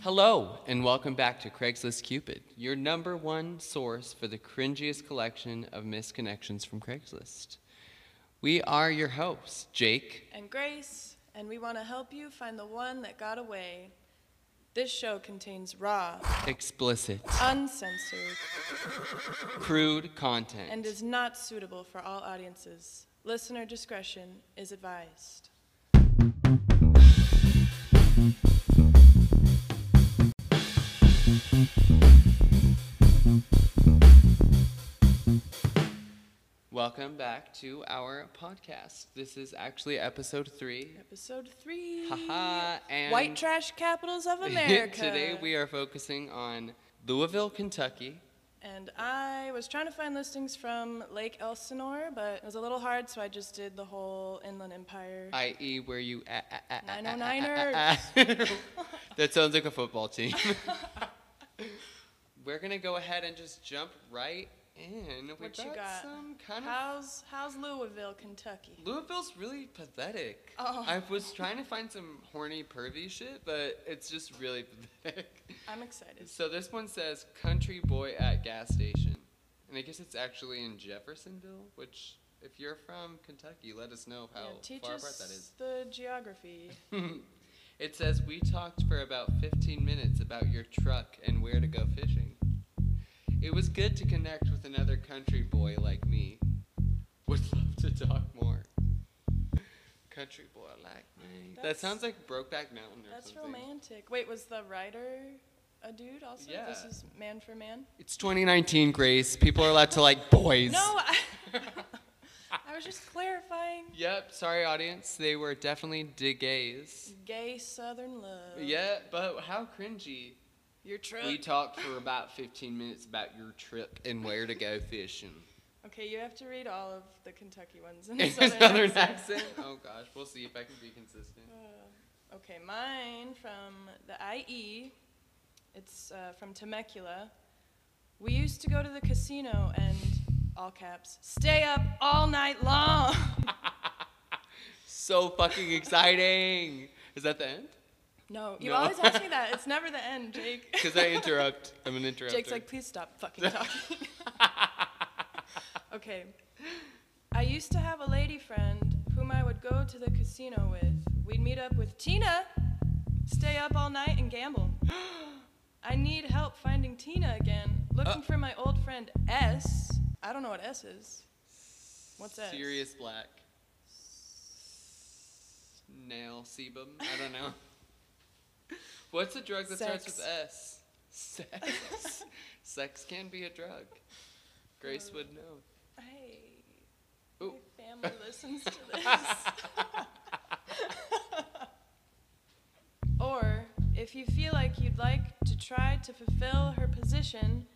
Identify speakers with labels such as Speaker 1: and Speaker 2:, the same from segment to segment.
Speaker 1: Hello, and welcome back to Craigslist Cupid, your number one source for the cringiest collection of misconnections from Craigslist. We are your hosts, Jake.
Speaker 2: and Grace, and we want to help you find the one that got away. This show contains raw,
Speaker 1: Explicit,
Speaker 2: uncensored,
Speaker 1: crude content.
Speaker 2: and is not suitable for all audiences. Listener discretion is advised.
Speaker 1: Welcome back to our podcast. This is actually episode three.
Speaker 2: Episode three.
Speaker 1: Haha, and
Speaker 2: White trash capitals of America.
Speaker 1: today we are focusing on Louisville, Kentucky.
Speaker 2: And I was trying to find listings from Lake Elsinore, but it was a little hard, so I just did the whole Inland Empire.
Speaker 1: i.e., where you. a- a- a- a-
Speaker 2: 909ers.
Speaker 1: that sounds like a football team. We're gonna go ahead and just jump right in. We
Speaker 2: What you
Speaker 1: got,
Speaker 2: got?
Speaker 1: some kind of.
Speaker 2: How's how's Louisville, Kentucky?
Speaker 1: Louisville's really pathetic.
Speaker 2: Oh.
Speaker 1: I was trying to find some horny pervy shit, but it's just really pathetic.
Speaker 2: I'm excited.
Speaker 1: So this one says "Country Boy at Gas Station," and I guess it's actually in Jeffersonville. Which, if you're from Kentucky, let us know how
Speaker 2: Yeah, teach
Speaker 1: Oh, far
Speaker 2: us
Speaker 1: apart that is.
Speaker 2: the geography.
Speaker 1: it says we talked for about 15 minutes about your truck and where to go fishing. It was good to connect with another country boy like me. Would love to talk more. Country boy like me. that
Speaker 2: That's-
Speaker 1: sounds like Brokeback Mountain or
Speaker 2: That's
Speaker 1: something.
Speaker 2: romantic. Wait, was the writer a dude also? This
Speaker 1: Yeah.
Speaker 2: is man for man?
Speaker 1: It's 2019, Grace. People are allowed to like boys.
Speaker 2: No, I, I was just clarifying.
Speaker 1: Yep. Sorry, audience. They were definitely de gays.
Speaker 2: Gay southern love.
Speaker 1: Yeah, but how cringy.
Speaker 2: Your truck.
Speaker 1: We talked for about 15 minutes about your trip and where to go fishing.
Speaker 2: okay, you have to read all of the Kentucky ones in a
Speaker 1: In
Speaker 2: southern,
Speaker 1: southern
Speaker 2: accent.
Speaker 1: accent. Oh gosh, we'll see if I can be consistent.
Speaker 2: Uh, okay, mine from the IE. It's uh, from Temecula. We used to go to the casino and, all caps, stay up all night long.
Speaker 1: So fucking exciting! Is that the end?
Speaker 2: no, you
Speaker 1: No.
Speaker 2: always ask me that. It's never the end, Jake.
Speaker 1: Because I interrupt. I'm an interrupter.
Speaker 2: Jake's like, please stop fucking talking. okay. I used to have a lady friend whom I would go to the casino with. We'd meet up with Tina, stay up all night, and gamble. I need help finding Tina again. Looking for my old friend S. I don't know what S is. What's that?
Speaker 1: Serious black. Nail sebum. I don't know. What's a drug that starts with
Speaker 2: Sex.
Speaker 1: S? Sex. Sex can be a drug. Grace would know.
Speaker 2: Hey,
Speaker 1: Ooh.
Speaker 2: my family listens to this. or, if you feel like you'd like to try to fulfill her position,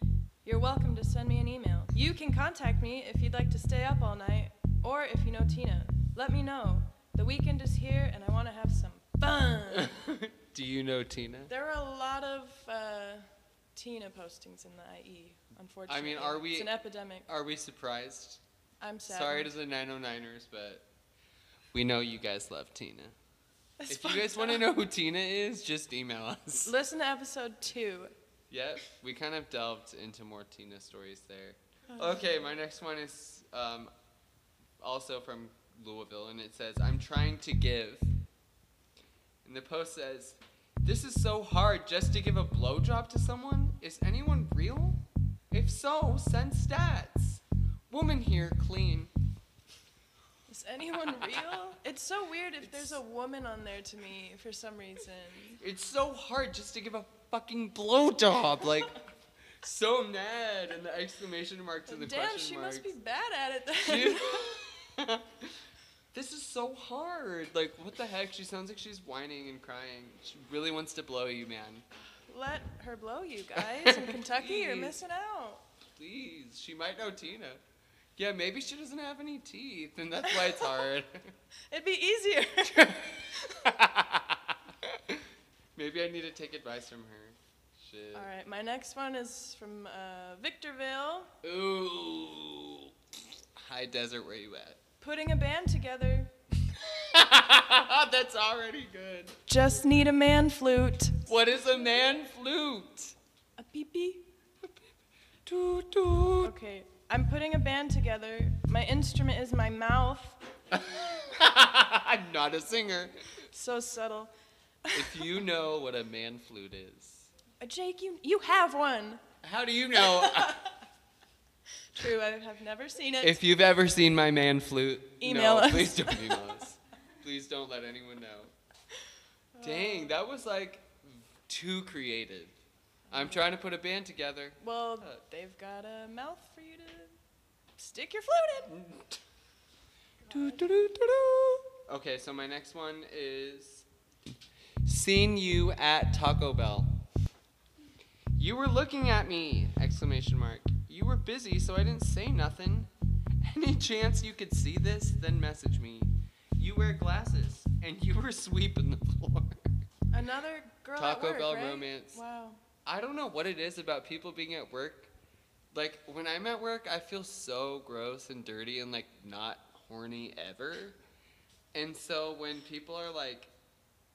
Speaker 2: you're welcome to send me an email. You can contact me if you'd like to stay up all night, or if you know Tina. Let me know. The weekend is here, and I want to have some fun.
Speaker 1: Do you know Tina?
Speaker 2: there were a lot of uh, Tina postings in the IE, unfortunately.
Speaker 1: are we-
Speaker 2: It's an epidemic.
Speaker 1: Are we surprised?
Speaker 2: I'm sad.
Speaker 1: Sorry to the 909ers, but we know you guys love Tina.
Speaker 2: That's
Speaker 1: If you
Speaker 2: fucked
Speaker 1: guys want to
Speaker 2: up.
Speaker 1: know who Tina is, just email us.
Speaker 2: Listen to episode two.
Speaker 1: Yep, we kind of delved into more Tina stories there. Okay, my next one is um, also from Louisville, and it says, I'm trying to give. And the post says, This is so hard just to give a blowjob to someone? Is anyone real? If so, send stats. Woman here clean.
Speaker 2: Is anyone real? It's so weird if there's a woman on there to me for some reason.
Speaker 1: It's so hard just to give a fucking blowjob. Like, so mad, and the exclamation marks and the
Speaker 2: Damn,
Speaker 1: question
Speaker 2: she
Speaker 1: marks.
Speaker 2: must be bad at it then.
Speaker 1: Dude. this is so hard. Like, what the heck? She sounds like she's whining and crying. She really wants to blow you, man.
Speaker 2: Let her blow you guys in Kentucky. You're
Speaker 1: Please.
Speaker 2: missing out.
Speaker 1: Please. She might know Tina. Yeah, maybe she doesn't have any teeth, and that's why it's hard.
Speaker 2: It'd be easier.
Speaker 1: maybe I need to take advice from her. Shit.
Speaker 2: All right, my next one is from uh, Victorville.
Speaker 1: Ooh. High desert, where you at?
Speaker 2: Putting a band together.
Speaker 1: That's already good.
Speaker 2: Just need a man flute.
Speaker 1: What is a man flute?
Speaker 2: A pee pee.
Speaker 1: Toot toot.
Speaker 2: Okay, I'm putting a band together. My instrument is my mouth.
Speaker 1: I'm not a singer.
Speaker 2: So subtle.
Speaker 1: If you know what a man flute is,
Speaker 2: Uh, Jake, you you have one.
Speaker 1: how do you know?
Speaker 2: True, I have never seen it.
Speaker 1: if you've ever seen my man flute,
Speaker 2: Email
Speaker 1: no,
Speaker 2: us.
Speaker 1: please don't email us. Please don't let anyone know. Dang, that was like too creative. I'm trying to put a band together.
Speaker 2: well,
Speaker 1: Uh,
Speaker 2: they've got a mouth for you to stick your flute in.
Speaker 1: Okay, so my next one is Seen you at Taco Bell. You were looking at me! Exclamation mark. You were busy, so I didn't say nothing. Any chance you could see this? Then message me. You wear glasses, and you were sweeping the floor.
Speaker 2: Another girl at
Speaker 1: Taco
Speaker 2: work,
Speaker 1: Bell
Speaker 2: right?
Speaker 1: romance.
Speaker 2: Wow.
Speaker 1: I don't know what it is about people being at work. Like when I'm at work, I feel so gross and dirty and like not horny ever. And so when people are like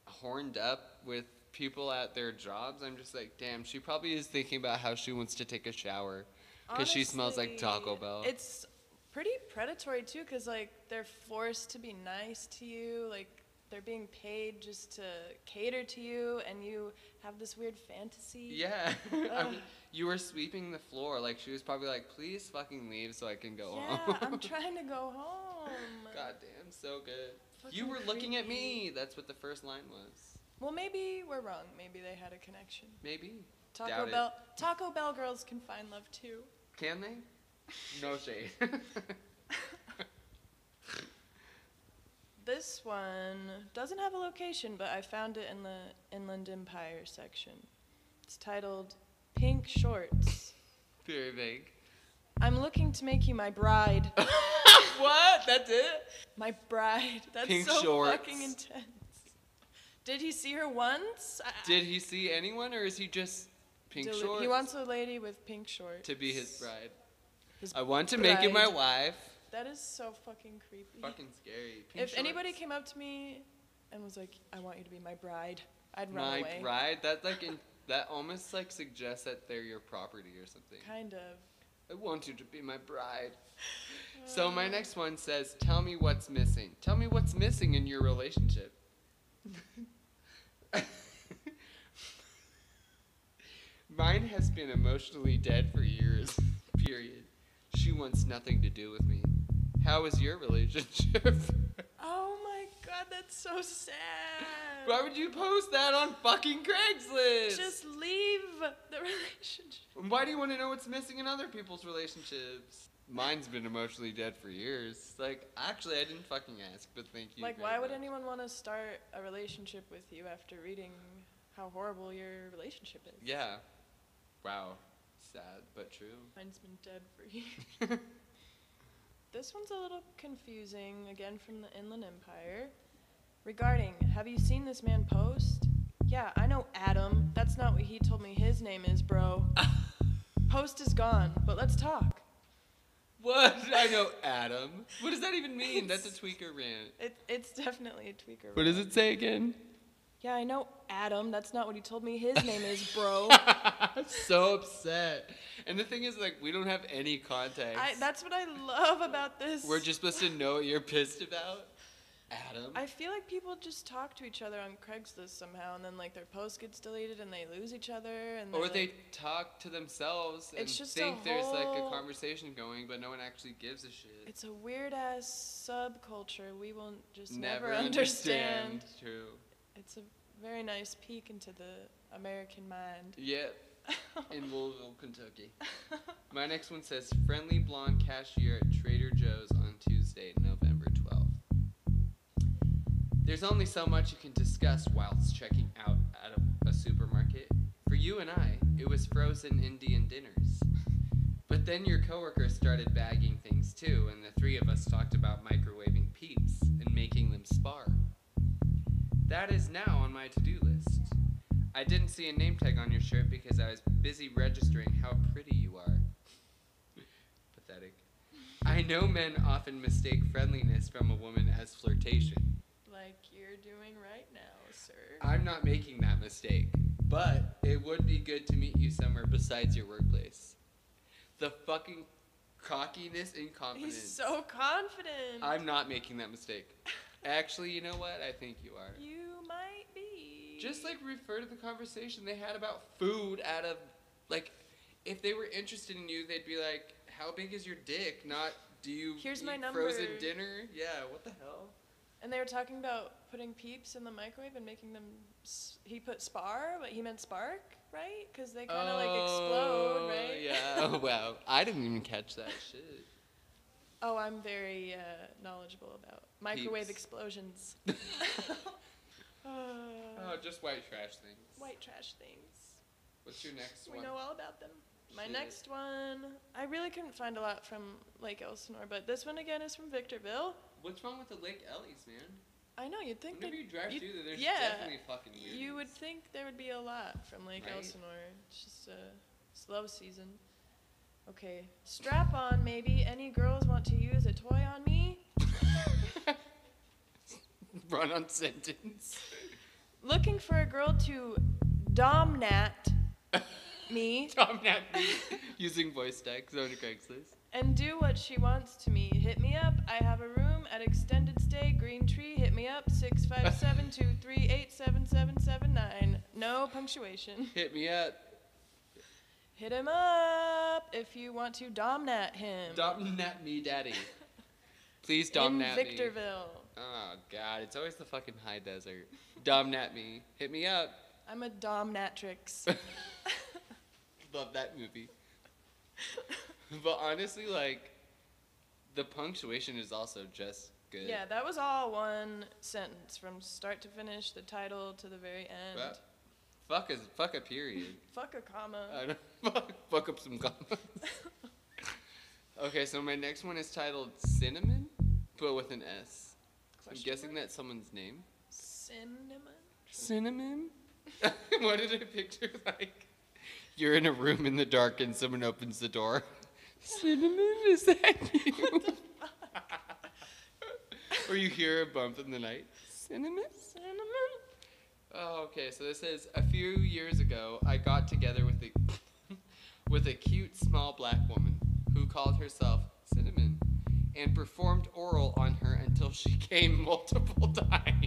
Speaker 1: horned up with people at their jobs, I'm just like, damn, she probably is thinking about how she wants to take a shower because she smells like Taco
Speaker 2: Honestly,
Speaker 1: Bell.
Speaker 2: It's pretty predatory too, because like they're forced to be nice to you, like they're being paid just to cater to you, and you have this weird fantasy.
Speaker 1: yeah. I
Speaker 2: Ugh.
Speaker 1: mean, you were sweeping the floor. Like she was probably like, please fucking leave so I can go
Speaker 2: Yeah,
Speaker 1: home.
Speaker 2: I'm trying to go home.
Speaker 1: God damn, so good. you
Speaker 2: Fucking
Speaker 1: were looking at
Speaker 2: creepy.
Speaker 1: me. That's what the first line was.
Speaker 2: Well, maybe we're wrong. Maybe they had a connection.
Speaker 1: Maybe.
Speaker 2: Taco
Speaker 1: Doubt it.
Speaker 2: Bell. Taco Bell girls can find love too.
Speaker 1: Can they? No shade.
Speaker 2: This one doesn't have a location, but I found it in the Inland Empire section. It's titled "Pink Shorts."
Speaker 1: Very vague.
Speaker 2: I'm looking to make you my bride.
Speaker 1: what? That's it?
Speaker 2: My bride. That's
Speaker 1: Pink
Speaker 2: so
Speaker 1: shorts.
Speaker 2: fucking intense. Did he see her once? I-
Speaker 1: Did he see anyone, or is he just pink
Speaker 2: Deli-
Speaker 1: shorts?
Speaker 2: He wants a lady with pink shorts.
Speaker 1: to be his bride.
Speaker 2: His
Speaker 1: I want to make you my
Speaker 2: bride.
Speaker 1: wife.
Speaker 2: That is so fucking creepy.
Speaker 1: Fucking scary. Pink
Speaker 2: if anybody
Speaker 1: shorts.
Speaker 2: came up to me and was like, "I want you to be my bride," I'd run
Speaker 1: my
Speaker 2: away.
Speaker 1: bride, that like in, that almost like suggests that they're your property or something.
Speaker 2: Kind of.
Speaker 1: I want you to be my bride. So my next one says, "Tell me what's missing. Tell me what's missing in your relationship." Mine has been emotionally dead for years. Period. She wants nothing to do with me. How is your relationship?
Speaker 2: Oh my god, that's so sad.
Speaker 1: Why would you post that on fucking Craigslist?
Speaker 2: Just leave the relationship.
Speaker 1: Why do you want to know what's missing in other people's relationships? Mine's been emotionally dead for years. Like, actually, I didn't fucking ask, but thank you.
Speaker 2: Like,
Speaker 1: very
Speaker 2: why would
Speaker 1: much.
Speaker 2: anyone want to start a relationship with you after reading how horrible your relationship is?
Speaker 1: Yeah. Wow. Sad, but true.
Speaker 2: Mine's been dead for years. This one's a little confusing, again from the Inland Empire. Regarding, have you seen this man post? Yeah, I know Adam. That's not what he told me his name is, bro. post is gone, but let's talk.
Speaker 1: what? I know Adam. What does that even mean? That's a tweaker rant.
Speaker 2: It, it's definitely a tweaker.
Speaker 1: What does it say again?
Speaker 2: Yeah, I know Adam. That's not what he told me his name is, bro.
Speaker 1: I'm so upset. And the thing is, like, we don't have any context.
Speaker 2: I, that's what I love about this.
Speaker 1: We're just supposed to know what you're pissed about. Adam.
Speaker 2: I feel like people just talk to each other on Craigslist somehow, and then like their post gets deleted, and they lose each other, and
Speaker 1: Or
Speaker 2: they're,
Speaker 1: they
Speaker 2: like-
Speaker 1: talk to themselves and
Speaker 2: It's just a
Speaker 1: think there's like a
Speaker 2: whole-
Speaker 1: conversation going, but no one actually gives a shit.
Speaker 2: It's a weird ass subculture we will just never,
Speaker 1: Never,
Speaker 2: understand.
Speaker 1: understand. True.
Speaker 2: It's a very nice peek into the American mind.
Speaker 1: Yep. In Louisville, Kentucky. My next one says friendly blonde cashier at Trader Joe's on Tuesday, November 12th. There's only so much you can discuss whilst checking out at a, a supermarket. For you and I, it was frozen Indian dinners. But then your coworker started bagging things too, and the three of us talked about microwaving peeps and making them spar. That is now on my to do list. I didn't see a name tag on your shirt because I was busy registering how pretty you are. Pathetic. I know men often mistake friendliness from a woman as flirtation.
Speaker 2: like sir.
Speaker 1: I'm not making that mistake, but it would be good to meet you somewhere besides your workplace. The fucking cockiness and confidence.
Speaker 2: He's so confident.
Speaker 1: I'm not making that mistake. Actually, you know what? I think you are.
Speaker 2: You might be.
Speaker 1: Just like refer to the conversation they had about food out of like if they were interested in you, they'd be like, How big is your dick? Not do you
Speaker 2: Here's
Speaker 1: eat
Speaker 2: my
Speaker 1: frozen
Speaker 2: number."
Speaker 1: dinner? Yeah, what the hell?
Speaker 2: And they were talking about putting peeps in the microwave and making them. S- he put spar, but he meant spark, right? Because they kind of like explode,
Speaker 1: Oh,
Speaker 2: right?
Speaker 1: Yeah. Oh wow. I didn't even catch that shit.
Speaker 2: oh, I'm very uh, knowledgeable about microwave
Speaker 1: Peeps.
Speaker 2: explosions. Uh,
Speaker 1: Oh, just white trash things.
Speaker 2: white trash things.
Speaker 1: What's your next
Speaker 2: We
Speaker 1: one?
Speaker 2: know all about them. My
Speaker 1: Shit.
Speaker 2: next one, I really couldn't find a lot from Lake Elsinore, but this one again is from Victorville.
Speaker 1: What's wrong with the Lake Ellie's, man?
Speaker 2: I know you'd think
Speaker 1: Whenever
Speaker 2: that
Speaker 1: you drive
Speaker 2: you-
Speaker 1: through there, there's
Speaker 2: yeah,
Speaker 1: definitely fucking weird.
Speaker 2: you would think there would be a lot from Lake
Speaker 1: Right?
Speaker 2: Elsinore. It's just a slow season. Okay, strap on maybe. Any girls want to use a toy on me?
Speaker 1: Run on sentence.
Speaker 2: Looking for a girl to domnat me
Speaker 1: Tom Nappi using voice decks on Craigslist.
Speaker 2: and do what she wants to me. Hit me up. I have a room at extended stay Green Tree. Hit me up six five seven two three eight seven seven seven nine. No punctuation.
Speaker 1: Hit me up.
Speaker 2: Hit him up if you want to domnat him.
Speaker 1: Dom Nap me, daddy. Please Dom
Speaker 2: in
Speaker 1: Nap me.
Speaker 2: Victorville.
Speaker 1: Oh God, it's always the fucking high desert. Dom Nap me. Hit me up.
Speaker 2: I'm a domnatrix.
Speaker 1: Love that movie. But honestly, like, the punctuation is also just good.
Speaker 2: yeah, that was all one sentence from start to finish, the title to the very end.
Speaker 1: Well, fuck is fuck a period.
Speaker 2: Fuck a comma.
Speaker 1: I don't, fuck, fuck up some commas. okay, so my next one is titled Cinnamon, but with an S. am
Speaker 2: Question
Speaker 1: guessing
Speaker 2: mark?
Speaker 1: that's someone's name.
Speaker 2: Cinnamon?
Speaker 1: Cinnamon? what did I picture? Like, you're in a room in the dark and someone opens the door. Cinnamon, is that you? or you hear a bump in the night. Cinnamon?
Speaker 2: Cinnamon?
Speaker 1: Oh, okay. So this is a few years ago. I got together with a with a cute small black woman who called herself Cinnamon, and performed oral on her until she came multiple times.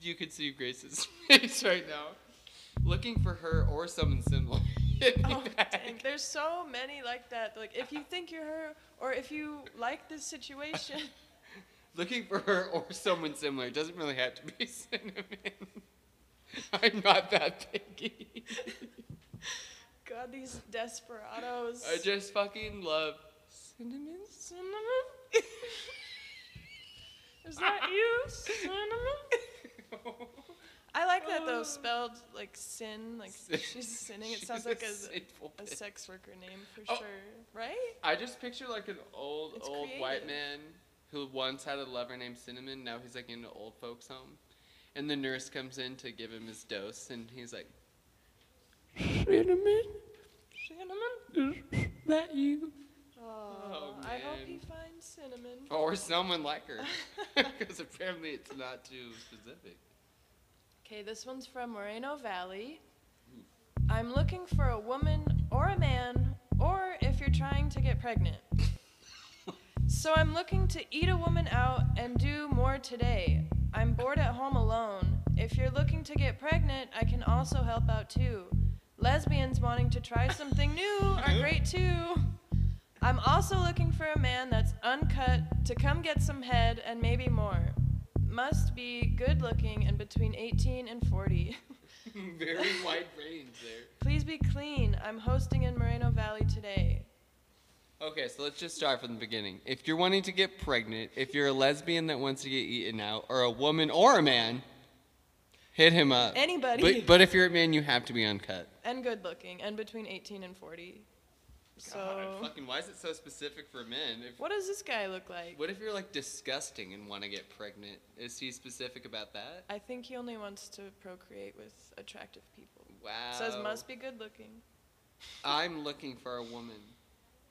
Speaker 1: You could see Grace's face right now. Looking for her or someone similar. Hit me
Speaker 2: Oh,
Speaker 1: back.
Speaker 2: dang. There's so many like that. Like, if you think you're her, or if you like this situation,
Speaker 1: Looking for her or someone similar. It doesn't really have to be Cinnamon. I'm not that picky.
Speaker 2: God, these desperados.
Speaker 1: I just fucking love cinnamon.
Speaker 2: Cinnamon? Is that you? Cinnamon? I like that though,
Speaker 1: Oh.
Speaker 2: spelled like sin, like
Speaker 1: Sin-
Speaker 2: she's sinning. It
Speaker 1: She's
Speaker 2: sounds like a,
Speaker 1: sinful
Speaker 2: a
Speaker 1: bitch.
Speaker 2: sex worker name for
Speaker 1: Oh.
Speaker 2: sure, right?
Speaker 1: I just picture like an old
Speaker 2: It's
Speaker 1: old white
Speaker 2: creative.
Speaker 1: man who once had a lover named Cinnamon. Now he's like in an old folks home, and the nurse comes in to give him his dose, and he's like, "Cinnamon,
Speaker 2: Cinnamon?
Speaker 1: is that you?"
Speaker 2: Oh, I hope he
Speaker 1: man.
Speaker 2: finds cinnamon.
Speaker 1: Or someone like her, because apparently it's not too specific.
Speaker 2: Okay, this one's from Moreno Valley. I'm looking for a woman or a man, or if you're trying to get pregnant. so I'm looking to eat a woman out and do more today. I'm bored at home alone. If you're looking to get pregnant, I can also help out too. Lesbians wanting to try something new are great too. I'm also looking for a man that's uncut to come get some head and maybe more. Must be good looking and between 18 and 40.
Speaker 1: Very wide range there.
Speaker 2: Please be clean. I'm hosting in Moreno Valley today.
Speaker 1: Okay, so let's just start from the beginning. If you're wanting to get pregnant, if you're a lesbian that wants to get eaten out, or a woman or a man, hit him up.
Speaker 2: Anybody.
Speaker 1: But, but if you're a man, you have to be uncut.
Speaker 2: and good looking and between 18 and 40. So,
Speaker 1: God, fucking, why is it so specific for men? If,
Speaker 2: what does this guy look like?
Speaker 1: what if you're like disgusting and want to get pregnant? Is he specific about that?
Speaker 2: I think he only wants to procreate with attractive people.
Speaker 1: Wow.
Speaker 2: Says must be good looking.
Speaker 1: I'm looking for a woman.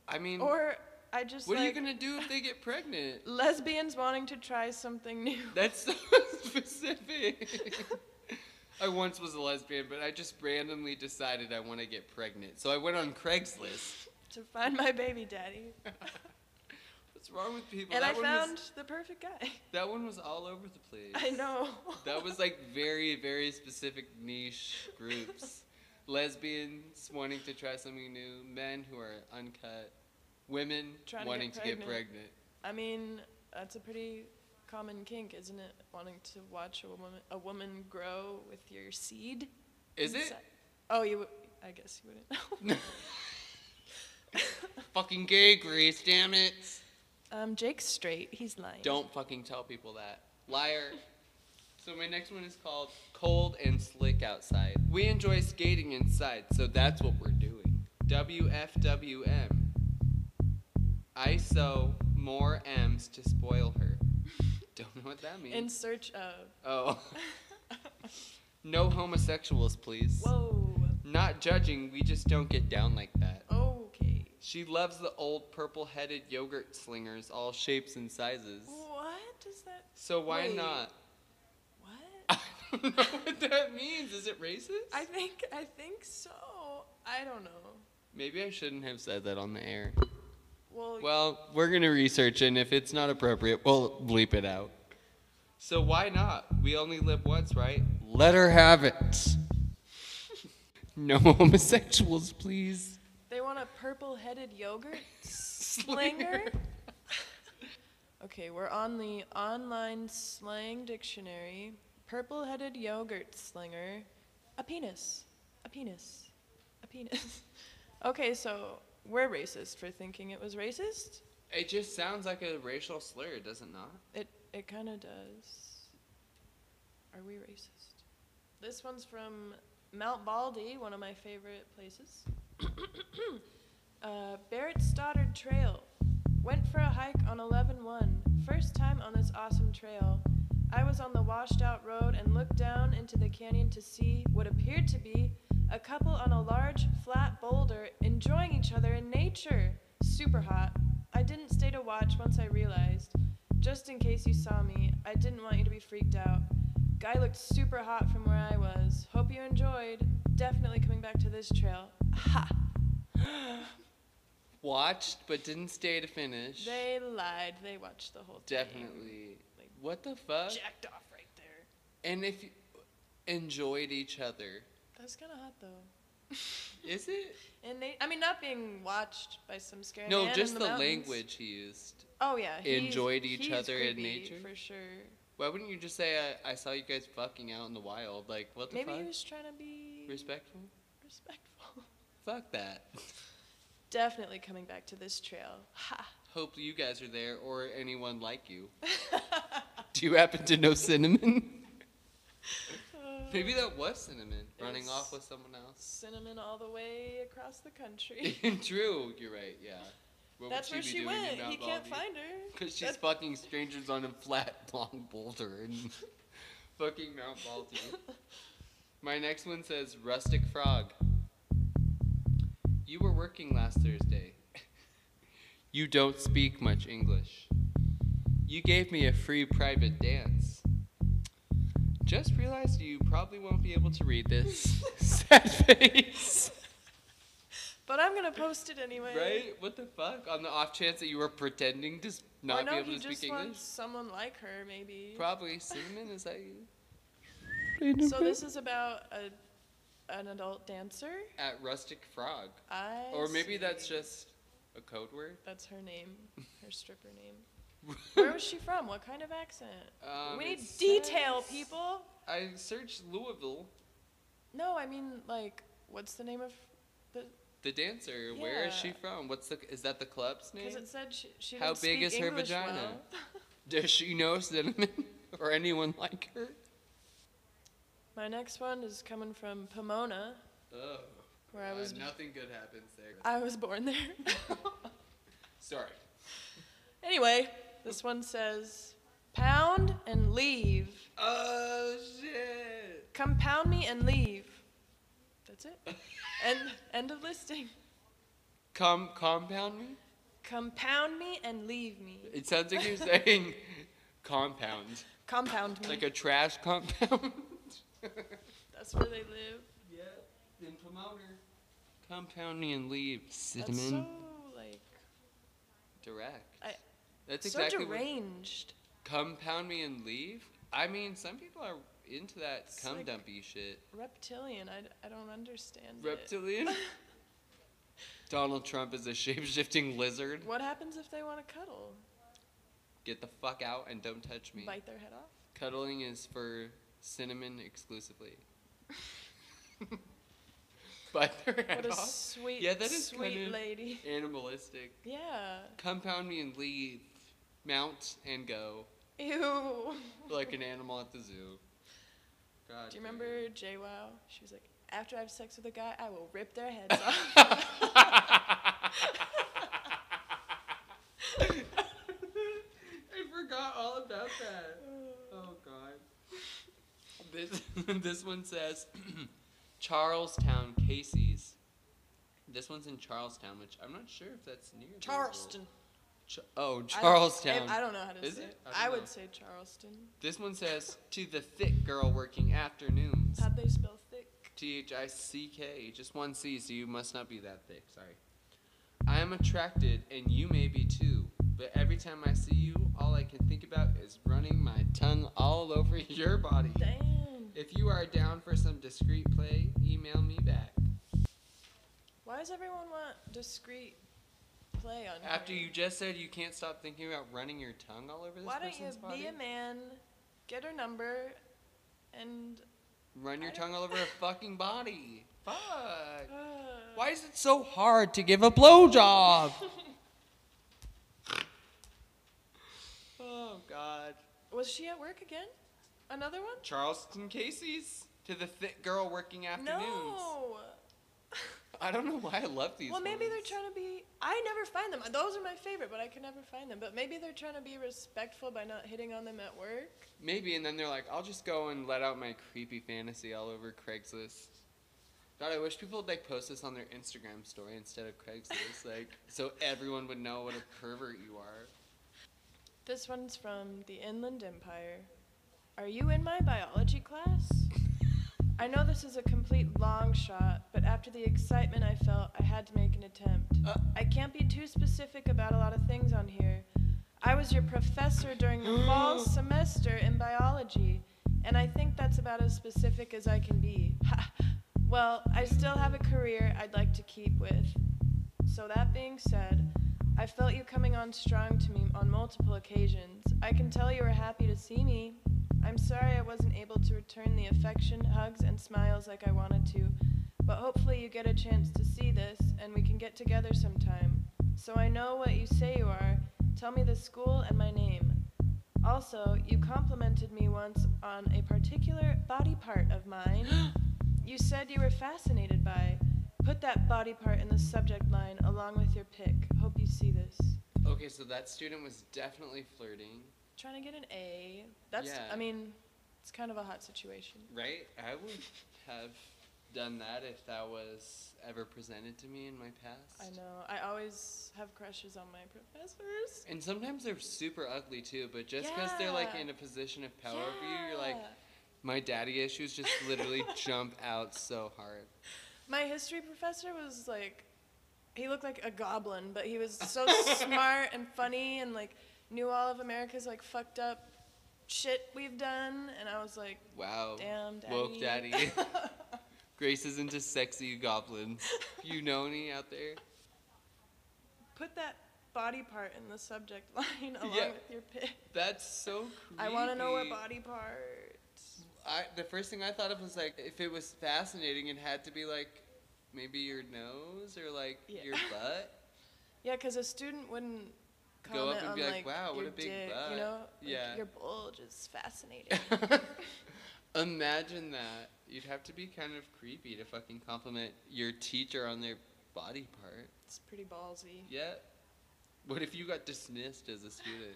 Speaker 1: I mean,
Speaker 2: Or I just
Speaker 1: What are you
Speaker 2: like
Speaker 1: gonna do if they get pregnant?
Speaker 2: lesbians wanting to try something new.
Speaker 1: That's so specific. I once was a lesbian, but I just randomly decided I want to get pregnant. So I went on Craigslist.
Speaker 2: to find my baby daddy.
Speaker 1: What's wrong with people?
Speaker 2: and
Speaker 1: that
Speaker 2: I
Speaker 1: one
Speaker 2: found
Speaker 1: was,
Speaker 2: the perfect guy.
Speaker 1: that one was all over the place.
Speaker 2: I know.
Speaker 1: That was like very, very specific niche groups. Lesbians wanting to try something new, men who are uncut, women
Speaker 2: Trying to get
Speaker 1: wanting to get
Speaker 2: pregnant.
Speaker 1: pregnant.
Speaker 2: I mean, that's a pretty common kink, isn't it? Wanting to watch a woman a woman grow with your seed.
Speaker 1: Is it?
Speaker 2: inside- Oh, you. would- I guess you wouldn't know.
Speaker 1: fucking gay grease, damn it.
Speaker 2: um, Jake's straight. He's lying.
Speaker 1: Don't fucking tell people that. Liar. So my next one is called Cold and Slick Outside. We enjoy skating inside, so that's what we're doing. WFWM. I sew more M's to spoil her. Don't know what that means.
Speaker 2: In search of.
Speaker 1: oh. no homosexuals, please.
Speaker 2: Whoa.
Speaker 1: Not judging, we just don't get down like that.
Speaker 2: Okay.
Speaker 1: She loves the old purple headed yogurt slingers, all shapes and sizes.
Speaker 2: What does that?
Speaker 1: So why
Speaker 2: Wait.
Speaker 1: not?
Speaker 2: What?
Speaker 1: I don't know what that means. Is it racist?
Speaker 2: I think. I think so. I don't know.
Speaker 1: Maybe I shouldn't have said that on the air.
Speaker 2: Well.
Speaker 1: Well, we're going to research, and if it's not appropriate, we'll bleep it out. So why not? We only live once, right? Let her have it. no homosexuals, please.
Speaker 2: They want a purple-headed yogurt slinger. okay, we're on the online slang dictionary. Purple-headed yogurt slinger, a penis, a penis, a penis. okay, so we're racist for thinking it was racist.
Speaker 1: It just sounds like a racial slur, does it not?
Speaker 2: It it kind of does. Are we racist? This one's from Mount Baldy, one of my favorite places. uh, Barrett Stoddard Trail. Went for a hike on 11 1. First time on this awesome trail. I was on the washed out road and looked down into the canyon to see what appeared to be a couple on a large, flat boulder enjoying each other in nature. Super hot. I didn't stay to watch once I realized. Just in case you saw me, I didn't want you to be freaked out. Guy looked super hot from where I was. Hope you enjoyed. Definitely coming back to this trail. Ha!
Speaker 1: Watched, but didn't stay to finish.
Speaker 2: They lied. They watched the whole thing.
Speaker 1: Definitely.
Speaker 2: Like-
Speaker 1: What the fuck?
Speaker 2: Jacked off right there.
Speaker 1: And if you enjoyed each other,
Speaker 2: That's kind of hot though.
Speaker 1: is it?
Speaker 2: And they, I mean, not being watched by some scary
Speaker 1: No,
Speaker 2: man in
Speaker 1: just the,
Speaker 2: mountains.
Speaker 1: language he used.
Speaker 2: Oh yeah. he's-
Speaker 1: Enjoyed each
Speaker 2: he's
Speaker 1: other in
Speaker 2: creepy,
Speaker 1: nature?
Speaker 2: for sure.
Speaker 1: Why wouldn't you just say I, I saw you guys fucking out in the wild? Like what the
Speaker 2: Maybe
Speaker 1: fuck?
Speaker 2: he was trying to be
Speaker 1: Respectful?
Speaker 2: respectful.
Speaker 1: Fuck that.
Speaker 2: Definitely coming back to this trail. Ha.
Speaker 1: Hope you guys are there or anyone like you. Do you happen to know cinnamon? Maybe that was cinnamon running off
Speaker 2: Yes.
Speaker 1: with someone else.
Speaker 2: Cinnamon all the way across the country.
Speaker 1: True, you're right. Yeah. What would
Speaker 2: That's where
Speaker 1: be
Speaker 2: she
Speaker 1: doing in
Speaker 2: went.
Speaker 1: Mount
Speaker 2: He can't
Speaker 1: Baldy?
Speaker 2: find her.
Speaker 1: Because she's
Speaker 2: That's-
Speaker 1: fucking strangers on a flat, long boulder in fucking Mount Baldy. My next one says Rustic Frog. You were working last Thursday. You don't speak much English. You gave me a free private dance. Just realized you probably won't be able to read this. Sad face.
Speaker 2: But I'm gonna post it anyway.
Speaker 1: Right? What the fuck? On the off chance that you were pretending to s-
Speaker 2: Or
Speaker 1: not
Speaker 2: no,
Speaker 1: be able
Speaker 2: he
Speaker 1: to speak
Speaker 2: just
Speaker 1: English?
Speaker 2: wants someone like her, maybe.
Speaker 1: Probably cinnamon. Is that you?
Speaker 2: so this is about a, an adult dancer.
Speaker 1: at rustic frog,
Speaker 2: I.
Speaker 1: or maybe that's
Speaker 2: see.
Speaker 1: just a code word.
Speaker 2: That's her name, her stripper name. Where was she from? What kind of accent?
Speaker 1: Um,
Speaker 2: we need
Speaker 1: it
Speaker 2: detail,
Speaker 1: says-
Speaker 2: people.
Speaker 1: I searched Louisville,
Speaker 2: No, I mean like, what's the name of the?
Speaker 1: the dancer. Where is she
Speaker 2: Yeah.
Speaker 1: from? What's the? Is that the club's name?
Speaker 2: Because it said she. she
Speaker 1: How
Speaker 2: didn't
Speaker 1: big
Speaker 2: speak
Speaker 1: is her
Speaker 2: English
Speaker 1: vagina?
Speaker 2: well.
Speaker 1: Does she know cinnamon or anyone like her?
Speaker 2: My next one is coming from Pomona,
Speaker 1: Oh,
Speaker 2: where I was.
Speaker 1: nothing good happens there.
Speaker 2: I was born there.
Speaker 1: Sorry.
Speaker 2: Anyway, this one says, pound and leave.
Speaker 1: Oh shit.
Speaker 2: Come pound me and leave. That's it. End, end of listing.
Speaker 1: Com compound me.
Speaker 2: Compound me and leave me.
Speaker 1: It sounds like you're saying compound,
Speaker 2: Compound me.
Speaker 1: like a trash compound.
Speaker 2: That's where they live.
Speaker 1: yeah, in Pomona. Compound me and leave. Cinnamon.
Speaker 2: That's so like
Speaker 1: Direct.
Speaker 2: I-
Speaker 1: That's
Speaker 2: so
Speaker 1: exactly what
Speaker 2: deranged.
Speaker 1: compound me and leave. I mean, some people are into that
Speaker 2: It's
Speaker 1: cum
Speaker 2: like-
Speaker 1: dumpy shit.
Speaker 2: Reptilian. I, d- I don't understand it.
Speaker 1: Reptilian. Donald Trump is a shape shifting lizard.
Speaker 2: What happens if they want to cuddle?
Speaker 1: Get the fuck out and don't touch me.
Speaker 2: Bite their head off?
Speaker 1: Cuddling is for cinnamon exclusively. Bite their head
Speaker 2: What a
Speaker 1: off.
Speaker 2: sweet,
Speaker 1: Yeah, that is
Speaker 2: sweet
Speaker 1: kind of-
Speaker 2: lady.
Speaker 1: Animalistic.
Speaker 2: Yeah.
Speaker 1: Compound me and leave. Mount and go
Speaker 2: Ew.
Speaker 1: like an animal at the zoo. God
Speaker 2: Do you
Speaker 1: damn.
Speaker 2: remember JWoww? She was like, after I have sex with a guy, I will rip their heads off.
Speaker 1: I forgot all about that. Oh god. This this one says Charlestown Casey's. This one's in Charlestown, which I'm not sure if that's near. Louisville.
Speaker 2: Charleston.
Speaker 1: Ch- oh,
Speaker 2: I don't-
Speaker 1: Charlestown.
Speaker 2: I, I don't know how to
Speaker 1: Is
Speaker 2: say
Speaker 1: it?
Speaker 2: it.
Speaker 1: I don't
Speaker 2: I,
Speaker 1: know.
Speaker 2: would say Charleston.
Speaker 1: This one says to the thick girl working afternoons.
Speaker 2: How'd they spell thick?
Speaker 1: T H I C K. Just one C, so you must not be that thick. Sorry. I am attracted, and you may be too. But every time I see you, all I can think about is running my tongue all over your body.
Speaker 2: Damn.
Speaker 1: If you are down for some discreet play, email me back.
Speaker 2: Why does everyone want discreet play on
Speaker 1: After
Speaker 2: here?
Speaker 1: you just said you can't stop thinking about running your tongue all over this
Speaker 2: Why don't you
Speaker 1: person's body,
Speaker 2: be a man, get her number, and.
Speaker 1: run your
Speaker 2: I don't-
Speaker 1: tongue all over a fucking body. Fuck.
Speaker 2: Uh,
Speaker 1: Why is it so hard to give a blowjob? oh God.
Speaker 2: Was she at work again? Another one?
Speaker 1: Charleston Casey's to the thick girl working afternoons.
Speaker 2: No.
Speaker 1: I don't know why I love these.
Speaker 2: well, maybe they're
Speaker 1: ones.
Speaker 2: trying to be. I never find them. Those are my favorite, but I can never find them. But maybe they're trying to be respectful by not hitting on them at work.
Speaker 1: Maybe, and then they're like, I'll just go and let out my creepy fantasy all over Craigslist. God, I wish people would like post this on their Instagram story instead of Craigslist, like, so everyone would know what a pervert you are.
Speaker 2: This one's from the Inland Empire. Are you in my biology class? I know this is a complete long shot, but after the excitement I felt, I had to make an attempt.
Speaker 1: Uh.
Speaker 2: I can't be too specific about a lot of things on here. I was your professor during the fall semester in biology, and I think that's about as specific as I can be. Ha. well, I still have a career I'd like to keep with. So, that being said, I felt you coming on strong to me on multiple occasions. I can tell you were happy to see me. I'm sorry I wasn't able to return the affection, hugs, and smiles like I wanted to, but hopefully you get a chance to see this and we can get together sometime. So I know what you say you are. Tell me the school and my name. Also, you complimented me once on a particular body part of mine you said you were fascinated by. Put that body part in the subject line along with your pic. Hope you see this.
Speaker 1: Okay, so that student was definitely flirting,
Speaker 2: Trying to get an A. That's,
Speaker 1: Yeah.
Speaker 2: I mean, it's kind of a hot situation.
Speaker 1: right? I would have done that if that was ever presented to me in my past.
Speaker 2: I know. I always have crushes on my professors.
Speaker 1: And sometimes they're super ugly too, but just because they're like
Speaker 2: Yeah.
Speaker 1: in a position of power over you, you're like,
Speaker 2: Yeah.
Speaker 1: my daddy issues just literally jump out so hard.
Speaker 2: My history professor was like, he looked like a goblin, but he was so smart and funny and like knew all of America's like fucked up shit we've done. And I was like,
Speaker 1: Wow.
Speaker 2: damn, daddy.
Speaker 1: Woke daddy. Grace is into sexy goblins. You know any out there?
Speaker 2: Put that body part in the subject line along
Speaker 1: Yeah.
Speaker 2: with your pic.
Speaker 1: That's so creepy.
Speaker 2: I want to know what body part.
Speaker 1: I, the first thing I thought of was like, if it was fascinating, it had to be like, maybe your nose or like
Speaker 2: Yeah.
Speaker 1: your butt.
Speaker 2: Yeah, because a student wouldn't comment
Speaker 1: Go up and
Speaker 2: on
Speaker 1: be like,
Speaker 2: like,
Speaker 1: "Wow, what
Speaker 2: your
Speaker 1: a big
Speaker 2: dick,
Speaker 1: butt."
Speaker 2: You know, Like,
Speaker 1: Yeah.
Speaker 2: your bulge is fascinating.
Speaker 1: Imagine that. You'd have to be kind of creepy to fucking compliment your teacher on their body part.
Speaker 2: it's pretty ballsy.
Speaker 1: Yeah. What if you got dismissed as a student?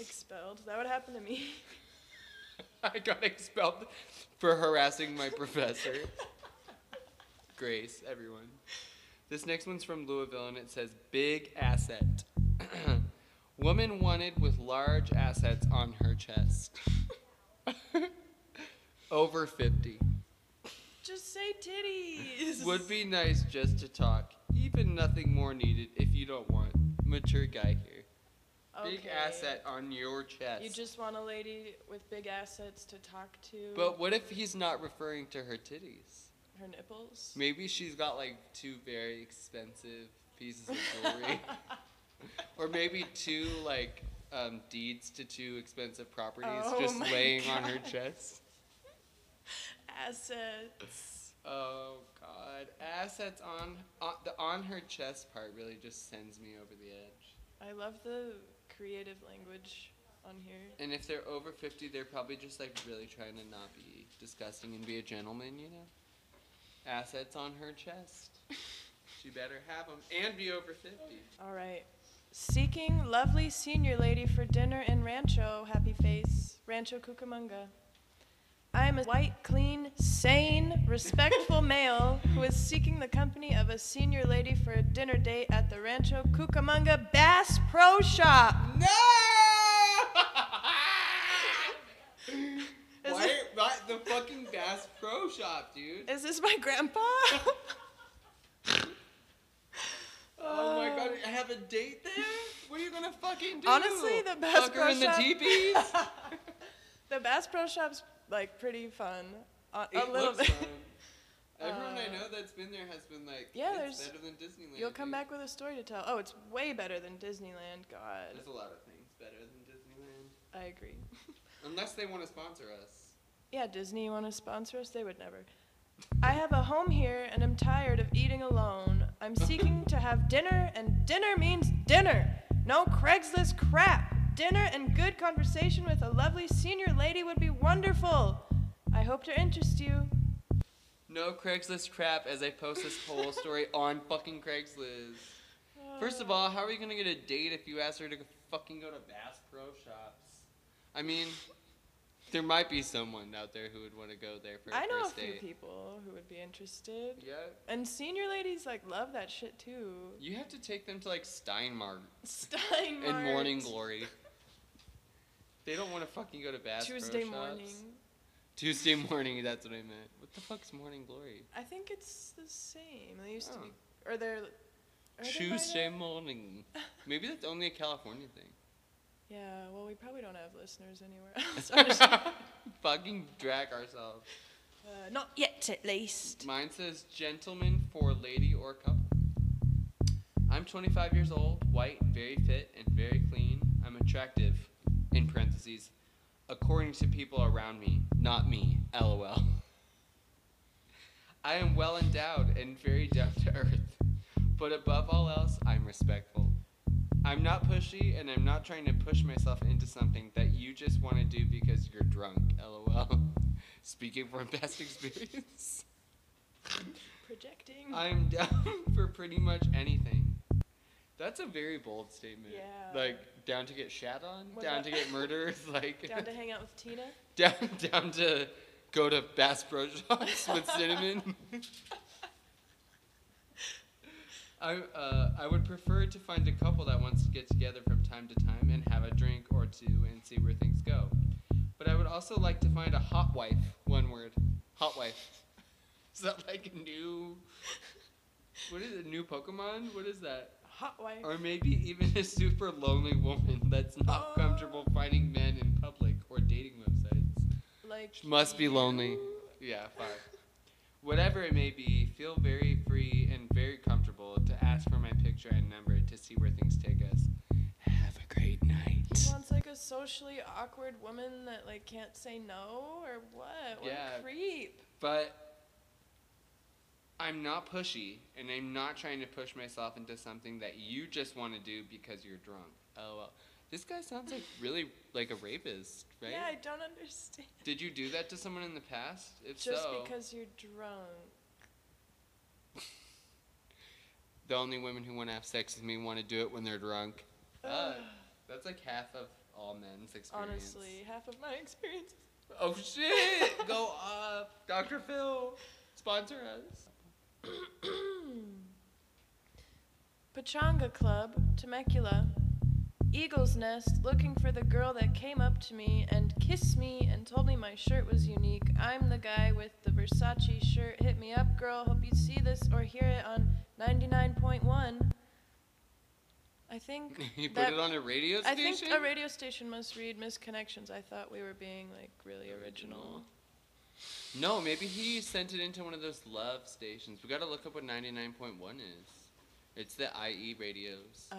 Speaker 2: Expelled. That would happen to me.
Speaker 1: I got expelled for harassing my professor. Grace, everyone. This next one's from Louisville and it says big asset. Woman wanted with large assets on her chest. Over 50.
Speaker 2: Just say titties.
Speaker 1: Would be nice just to talk. Even nothing more needed if you don't want. Mature guy here. Big
Speaker 2: Okay.
Speaker 1: asset on your chest.
Speaker 2: You just want a lady with big assets to talk to.
Speaker 1: but what if he's not referring to her titties?
Speaker 2: her nipples.
Speaker 1: Maybe she's got like two very expensive pieces of jewelry. or maybe two like um, deeds to two expensive properties
Speaker 2: Oh
Speaker 1: just
Speaker 2: my
Speaker 1: laying on her
Speaker 2: God.
Speaker 1: chest.
Speaker 2: Assets.
Speaker 1: Oh god. Assets on, on the on her chest part really just sends me over the edge.
Speaker 2: I love the creative language on here.
Speaker 1: And if they're over 50, they're probably just like really trying to not be disgusting and be a gentleman, you know? Assets on her chest. she better have them and be over 50.
Speaker 2: All right. Seeking lovely senior lady for dinner in Rancho, happy face, Rancho Cucamonga. I am a white, clean, sane, respectful male who is seeking the company of a senior lady for a dinner date at the Rancho Cucamonga Bass Pro Shop.
Speaker 1: No!
Speaker 2: Is
Speaker 1: Why,
Speaker 2: it-
Speaker 1: why the fucking Bass Pro Shop, dude?
Speaker 2: Is this my grandpa?
Speaker 1: Oh
Speaker 2: Uh,
Speaker 1: my god, I have a date there? What are you gonna fucking do?
Speaker 2: Honestly, the Bass
Speaker 1: Fuck her
Speaker 2: Pro
Speaker 1: in the
Speaker 2: Shop.
Speaker 1: teepees?
Speaker 2: the Bass Pro Shop's like pretty fun. A, a
Speaker 1: It
Speaker 2: little
Speaker 1: looks
Speaker 2: bit.
Speaker 1: fun. Everyone I
Speaker 2: Uh,
Speaker 1: know that's been there has been like,
Speaker 2: yeah,
Speaker 1: it's
Speaker 2: there's-
Speaker 1: better than Disneyland.
Speaker 2: You'll come
Speaker 1: dude."
Speaker 2: back with a story to tell. Oh, it's way better than Disneyland. God,
Speaker 1: There's a lot of things better than Disneyland.
Speaker 2: I agree.
Speaker 1: Unless they want to sponsor us.
Speaker 2: Yeah, Disney, you want to sponsor us? They would never. I have a home here and am tired of eating alone. I'm seeking to have dinner, and dinner means dinner. No Craigslist crap. Dinner and good conversation with a lovely senior lady would be wonderful. I hope to interest you.
Speaker 1: No Craigslist crap as I post this whole story on fucking Craigslist. First of all, how are you gonna get a date if you ask her to fucking go to Bass Pro Shops? I mean, there might be someone out there who would want to go there for a
Speaker 2: I know a
Speaker 1: first
Speaker 2: few
Speaker 1: date.
Speaker 2: people who would be interested.
Speaker 1: Yeah,
Speaker 2: And senior ladies like love that shit too.
Speaker 1: you have to take them to like Steinmark
Speaker 2: Steinmart.
Speaker 1: and Morning Glory. They don't want to fucking go to Bass
Speaker 2: Tuesday
Speaker 1: Pro Shops.
Speaker 2: morning.
Speaker 1: Tuesday morning, that's what I meant. What the fuck's Morning Glory?
Speaker 2: I think it's the same. They used to
Speaker 1: Oh.
Speaker 2: be, or they're. are they by
Speaker 1: Tuesday
Speaker 2: now?
Speaker 1: morning. Maybe that's only a California thing.
Speaker 2: Yeah. Well, we probably don't have listeners anywhere else. I'm just- uh,
Speaker 1: Fucking drag ourselves.
Speaker 2: not yet, at least.
Speaker 1: Mine says gentleman for lady or couple. I'm 25 years old, white, very fit, and very clean. I'm attractive, in parentheses, according to people around me, not me, lol. I am well endowed and very down to earth, but above all else, I'm respectful. I'm not pushy, and I'm not trying to push myself into something that you just want to do because you're drunk, lol. Speaking from past experience.
Speaker 2: Projecting.
Speaker 1: I'm down for pretty much anything. That's a very bold statement.
Speaker 2: Yeah.
Speaker 1: Like down to get shat on,
Speaker 2: What
Speaker 1: down
Speaker 2: about-
Speaker 1: to get murdered, like
Speaker 2: Down to hang out with Tina.
Speaker 1: down, down to go to Bass Pro Shops with cinnamon. I uh, I would prefer to find a couple that wants to get together from time to time and have a drink or two and see where things go. But I would also like to find a hot wife. One word, hot wife. Is that like a new? What is it? New Pokemon? What is that?
Speaker 2: Hot wife.
Speaker 1: Or maybe even a super lonely woman that's not
Speaker 2: Oh.
Speaker 1: comfortable finding men in public or dating websites.
Speaker 2: Like.
Speaker 1: She must be lonely.
Speaker 2: you.
Speaker 1: Yeah, five. Whatever it may be, feel very free and very comfortable to ask for my picture and number to see where things take us. Have a great
Speaker 2: He
Speaker 1: night.
Speaker 2: wants like a socially awkward woman that like can't say no or what? What
Speaker 1: Yeah.
Speaker 2: a creep.
Speaker 1: But I'm not pushy, and I'm not trying to push myself into something that you just want to do because you're drunk. Oh well. This guy sounds like really like a rapist, right?
Speaker 2: Yeah, I don't understand.
Speaker 1: Did you do that to someone in the past? If
Speaker 2: Just
Speaker 1: so,
Speaker 2: because you're drunk.
Speaker 1: the only women who want to have sex with me want to do it when they're drunk. Uh,
Speaker 2: Oh,
Speaker 1: that's like half of all men's experience.
Speaker 2: Honestly, half of my experience.
Speaker 1: Oh shit! Go up, Dr. Phil. Sponsor us.
Speaker 2: Pachanga Club, Temecula. Eagle's Nest, looking for the girl that came up to me and kissed me and told me my shirt was unique. I'm the guy with the Versace shirt. Hit me up, girl. Hope you see this or hear it on 99.1. I think
Speaker 1: you put
Speaker 2: that-
Speaker 1: it on a radio
Speaker 2: I
Speaker 1: station.
Speaker 2: think a radio station must read misconnections. I thought we were being like really original.
Speaker 1: No, maybe he sent it into one of those love stations. We gotta look up what 99.1 is. It's the IE radios.
Speaker 2: Uh,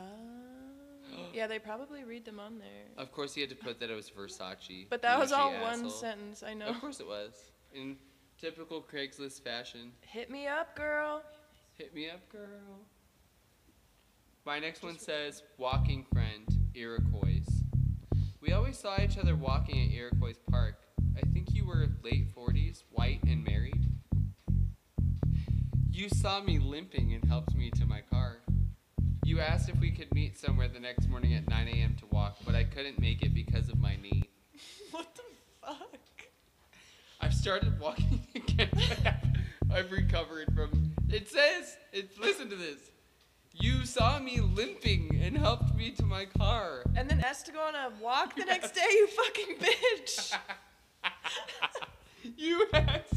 Speaker 2: yeah, they probably read them on there.
Speaker 1: Of course, he had to put that it was Versace.
Speaker 2: But that was all
Speaker 1: Gucci
Speaker 2: one
Speaker 1: asshole.
Speaker 2: sentence, I know.
Speaker 1: Of course it was. In typical Craigslist fashion.
Speaker 2: Hit me up, girl.
Speaker 1: Hit me up, girl. My next one says walking friend, Iroquois. We always saw each other walking at Iroquois Park. I think you were late 40s, white, and married. You saw me limping and helped me to my car. You asked if we could meet somewhere the next morning at 9 a.m. to walk, but I couldn't make it because of my knee.
Speaker 2: What the fuck?
Speaker 1: I've started walking again. I've recovered from. It says, it's, listen to this. You saw me limping and helped me to my car.
Speaker 2: And then asked to go on a walk the
Speaker 1: Yeah.
Speaker 2: next day, you fucking bitch.
Speaker 1: you asked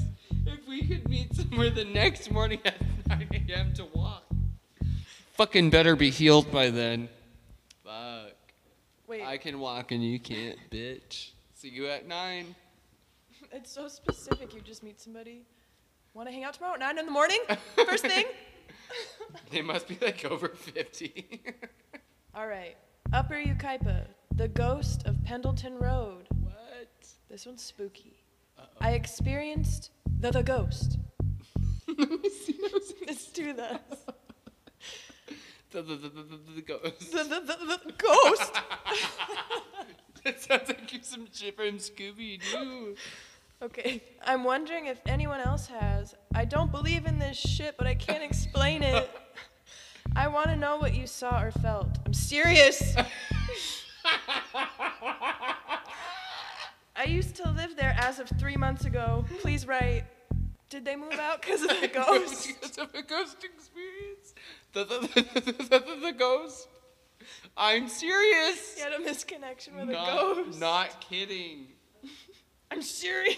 Speaker 1: if we could meet somewhere the next morning at 9 a.m. to walk. Fucking better be healed by then. Fuck.
Speaker 2: Wait,
Speaker 1: I can walk and you can't, bitch. See you at 9.
Speaker 2: it's so specific. You just meet somebody. Want to hang out tomorrow at 9 in the morning? First thing?
Speaker 1: They must be like over 50.
Speaker 2: All right. Upper Ukaipa, the ghost of Pendleton Road.
Speaker 1: what?
Speaker 2: This one's spooky.
Speaker 1: Uh-oh.
Speaker 2: I experienced the, the ghost.
Speaker 1: Let me see, let me see.
Speaker 2: Let's do this.
Speaker 1: The, the, the, the, the- the ghost.
Speaker 2: The, the, the, the ghost.
Speaker 1: that sounds like you're some shit from Scooby Doo.
Speaker 2: Okay. I'm wondering if anyone else has. I don't believe in this shit, but I can't explain it. I want to know what you saw or felt. I'm serious. I used to live there as of three months ago. Please write. Did they move out because of the ghost?
Speaker 1: Because of a ghost experience. The, the, the, the, the, the, the ghost. I'm serious.
Speaker 2: You had a misconnection with
Speaker 1: not,
Speaker 2: a ghost.
Speaker 1: not kidding.
Speaker 2: I'm serious.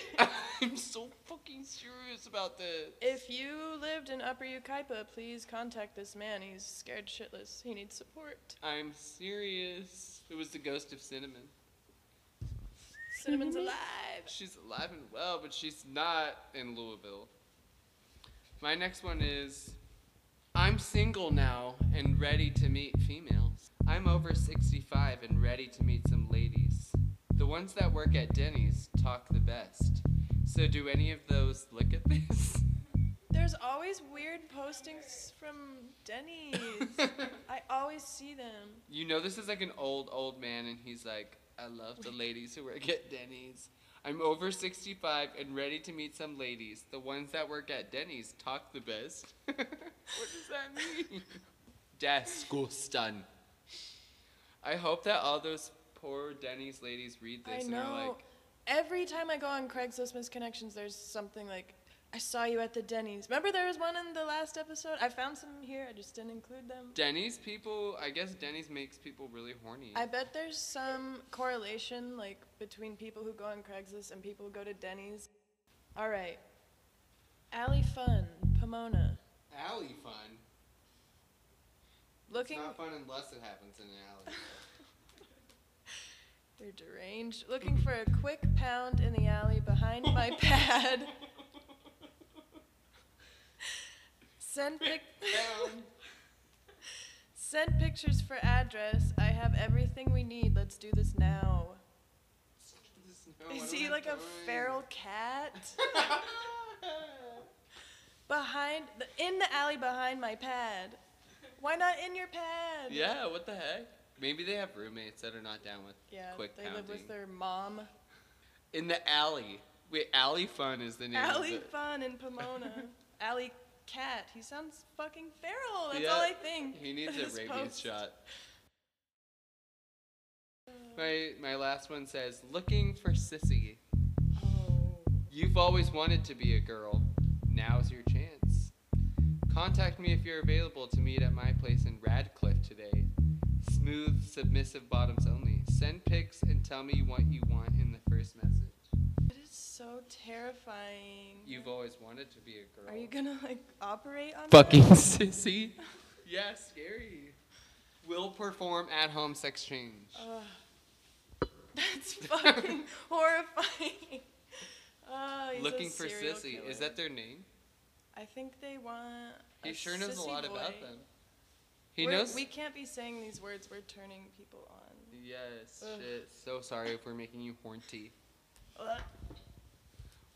Speaker 1: I'm so fucking serious about this.
Speaker 2: If you lived in Upper Ukaipa, please contact this man. He's scared shitless. He needs support.
Speaker 1: I'm serious. It was the ghost of Cinnamon. Mm-hmm.
Speaker 2: Cinnamon's alive.
Speaker 1: She's alive and well, but she's not in Louisville. My next one is I'm single now and ready to meet females. I'm over 65 and ready to meet some ladies. The ones that work at Denny's talk the best. So, do any of those look at this?
Speaker 2: There's always weird postings from Denny's. I always see them.
Speaker 1: you know, this is like an old, old man, and he's like, I love the ladies who work at Denny's. I'm over 65 and ready to meet some ladies. The ones that work at Denny's talk the best. what does that mean? Disgusting. I hope that all those poor Denny's ladies read this
Speaker 2: I
Speaker 1: and are
Speaker 2: know.
Speaker 1: like,
Speaker 2: Every time I go on Craigslist misconnections, there's something like, I saw you at the Denny's. Remember there was one in the last episode? I found some here, I just didn't include them.
Speaker 1: Denny's people, I guess Denny's makes people really horny.
Speaker 2: I bet there's some correlation like between people who go on Craigslist and people who go to Denny's. All right. Alley Fun, Pomona.
Speaker 1: alley fun.
Speaker 2: Looking
Speaker 1: It's not fun unless it happens in an alley.
Speaker 2: They're deranged. Looking for a quick pound in the alley behind my pad. Send pic-
Speaker 1: Down.
Speaker 2: send pictures for address. I have everything we need. Let's do this now.
Speaker 1: No,
Speaker 2: Is
Speaker 1: what am
Speaker 2: he
Speaker 1: I
Speaker 2: like a
Speaker 1: doing?
Speaker 2: feral cat? behind the in the alley behind my pad. Why not in your pad?
Speaker 1: yeah, what the heck? Maybe they have roommates that are not down with
Speaker 2: Yeah,
Speaker 1: quick
Speaker 2: they
Speaker 1: pounding.
Speaker 2: live with their mom.
Speaker 1: In the alley. Wait, Alley Fun is the name
Speaker 2: Alley
Speaker 1: of it.
Speaker 2: Fun in Pomona. alley Cat. He sounds fucking feral. That's
Speaker 1: Yeah,
Speaker 2: all I think.
Speaker 1: He needs a
Speaker 2: This
Speaker 1: rabies
Speaker 2: post.
Speaker 1: shot. My my last one says looking for sissy.
Speaker 2: Oh.
Speaker 1: You've always wanted to be a girl. Now's your chance. Contact me if you're available to meet at my place in Radcliffe today. Smooth, submissive bottoms only. Send pics and tell me what you want in the first message.
Speaker 2: It is so terrifying.
Speaker 1: You've always wanted to be a girl.
Speaker 2: Are you gonna like operate on
Speaker 1: fucking
Speaker 2: that?
Speaker 1: sissy? Yeah, scary. Will perform at home sex change.
Speaker 2: Ugh. that's fucking horrifying. Oh, he's a
Speaker 1: Looking for
Speaker 2: serial
Speaker 1: sissy.
Speaker 2: killer.
Speaker 1: Is that their name?
Speaker 2: I think they want.
Speaker 1: He
Speaker 2: a
Speaker 1: sure knows a
Speaker 2: sissy
Speaker 1: lot
Speaker 2: boy.
Speaker 1: about them. He
Speaker 2: We're-
Speaker 1: knows.
Speaker 2: We can't be saying these words. We're turning people on.
Speaker 1: yes.
Speaker 2: Ugh.
Speaker 1: Shit. So sorry if we're making you horny.
Speaker 2: Ugh.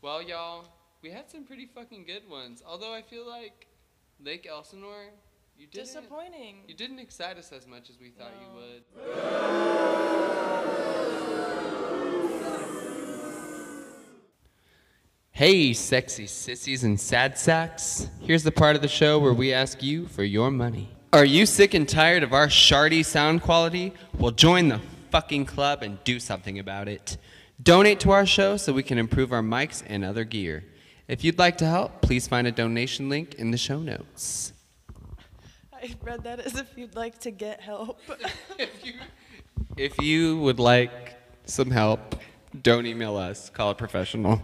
Speaker 1: Well, y'all, we had some pretty fucking good ones. Although I feel like Lake Elsinore, you didn't.
Speaker 2: Disappointing.
Speaker 1: You didn't excite us as much as we thought
Speaker 2: No.
Speaker 1: you would. Hey, sexy sissies and sad sacks. Here's the part of the show where we ask you for your money. Are you sick and tired of our shardy sound quality? Well, join the fucking club and do something about it. Donate to our show so we can improve our mics and other gear. If you'd like to help, please find a donation link in the show notes.
Speaker 2: I read that as if you'd like to get help.
Speaker 1: if you if you would like some help, don't email us. Call a professional.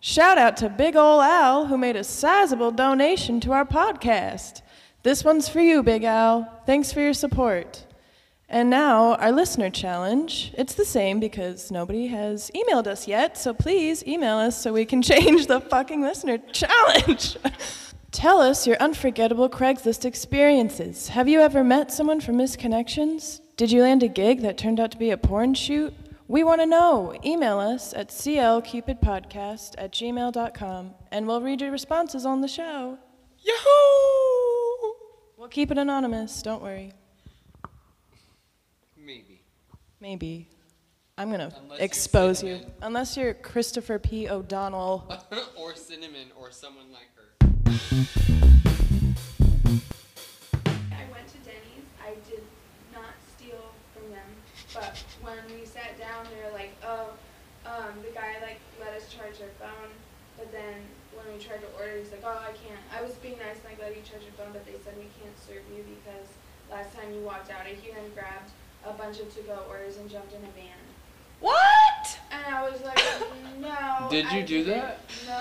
Speaker 2: Shout out to Big Ol' Al, who made a sizable donation to our podcast. This one's for you, Big Al. Thanks for your support. And now, our listener challenge. It's the same because nobody has emailed us yet, so please email us so we can change the fucking listener challenge. Tell us your unforgettable Craigslist experiences. Have you ever met someone from Misconnections? Did you land a gig that turned out to be a porn shoot? We want to know. Email us at clcupidpodcast at gmail.com and we'll read your responses on the show.
Speaker 1: Yahoo!
Speaker 2: We'll keep it anonymous, don't worry.
Speaker 1: Maybe.
Speaker 2: Maybe. I'm going to
Speaker 1: Unless you're
Speaker 2: expose you.
Speaker 1: cinnamon.
Speaker 2: Unless you're Christopher P. O'Donnell.
Speaker 1: or cinnamon, or someone like her.
Speaker 3: I went to Denny's. I did not steal from them, but when we sat down, they were like, "Oh, um, the guy like let us charge our phone, but then when we tried to order, he's like, "Oh, I can't." I was being nice and I let you charge your phone, but they said we can't serve you because last time you walked out of here and grabbed a bunch of to-go orders and jumped in a van.
Speaker 2: What?
Speaker 3: And I was like, "No."
Speaker 1: Did
Speaker 3: I
Speaker 1: you do
Speaker 3: didn't."
Speaker 1: that?
Speaker 3: No,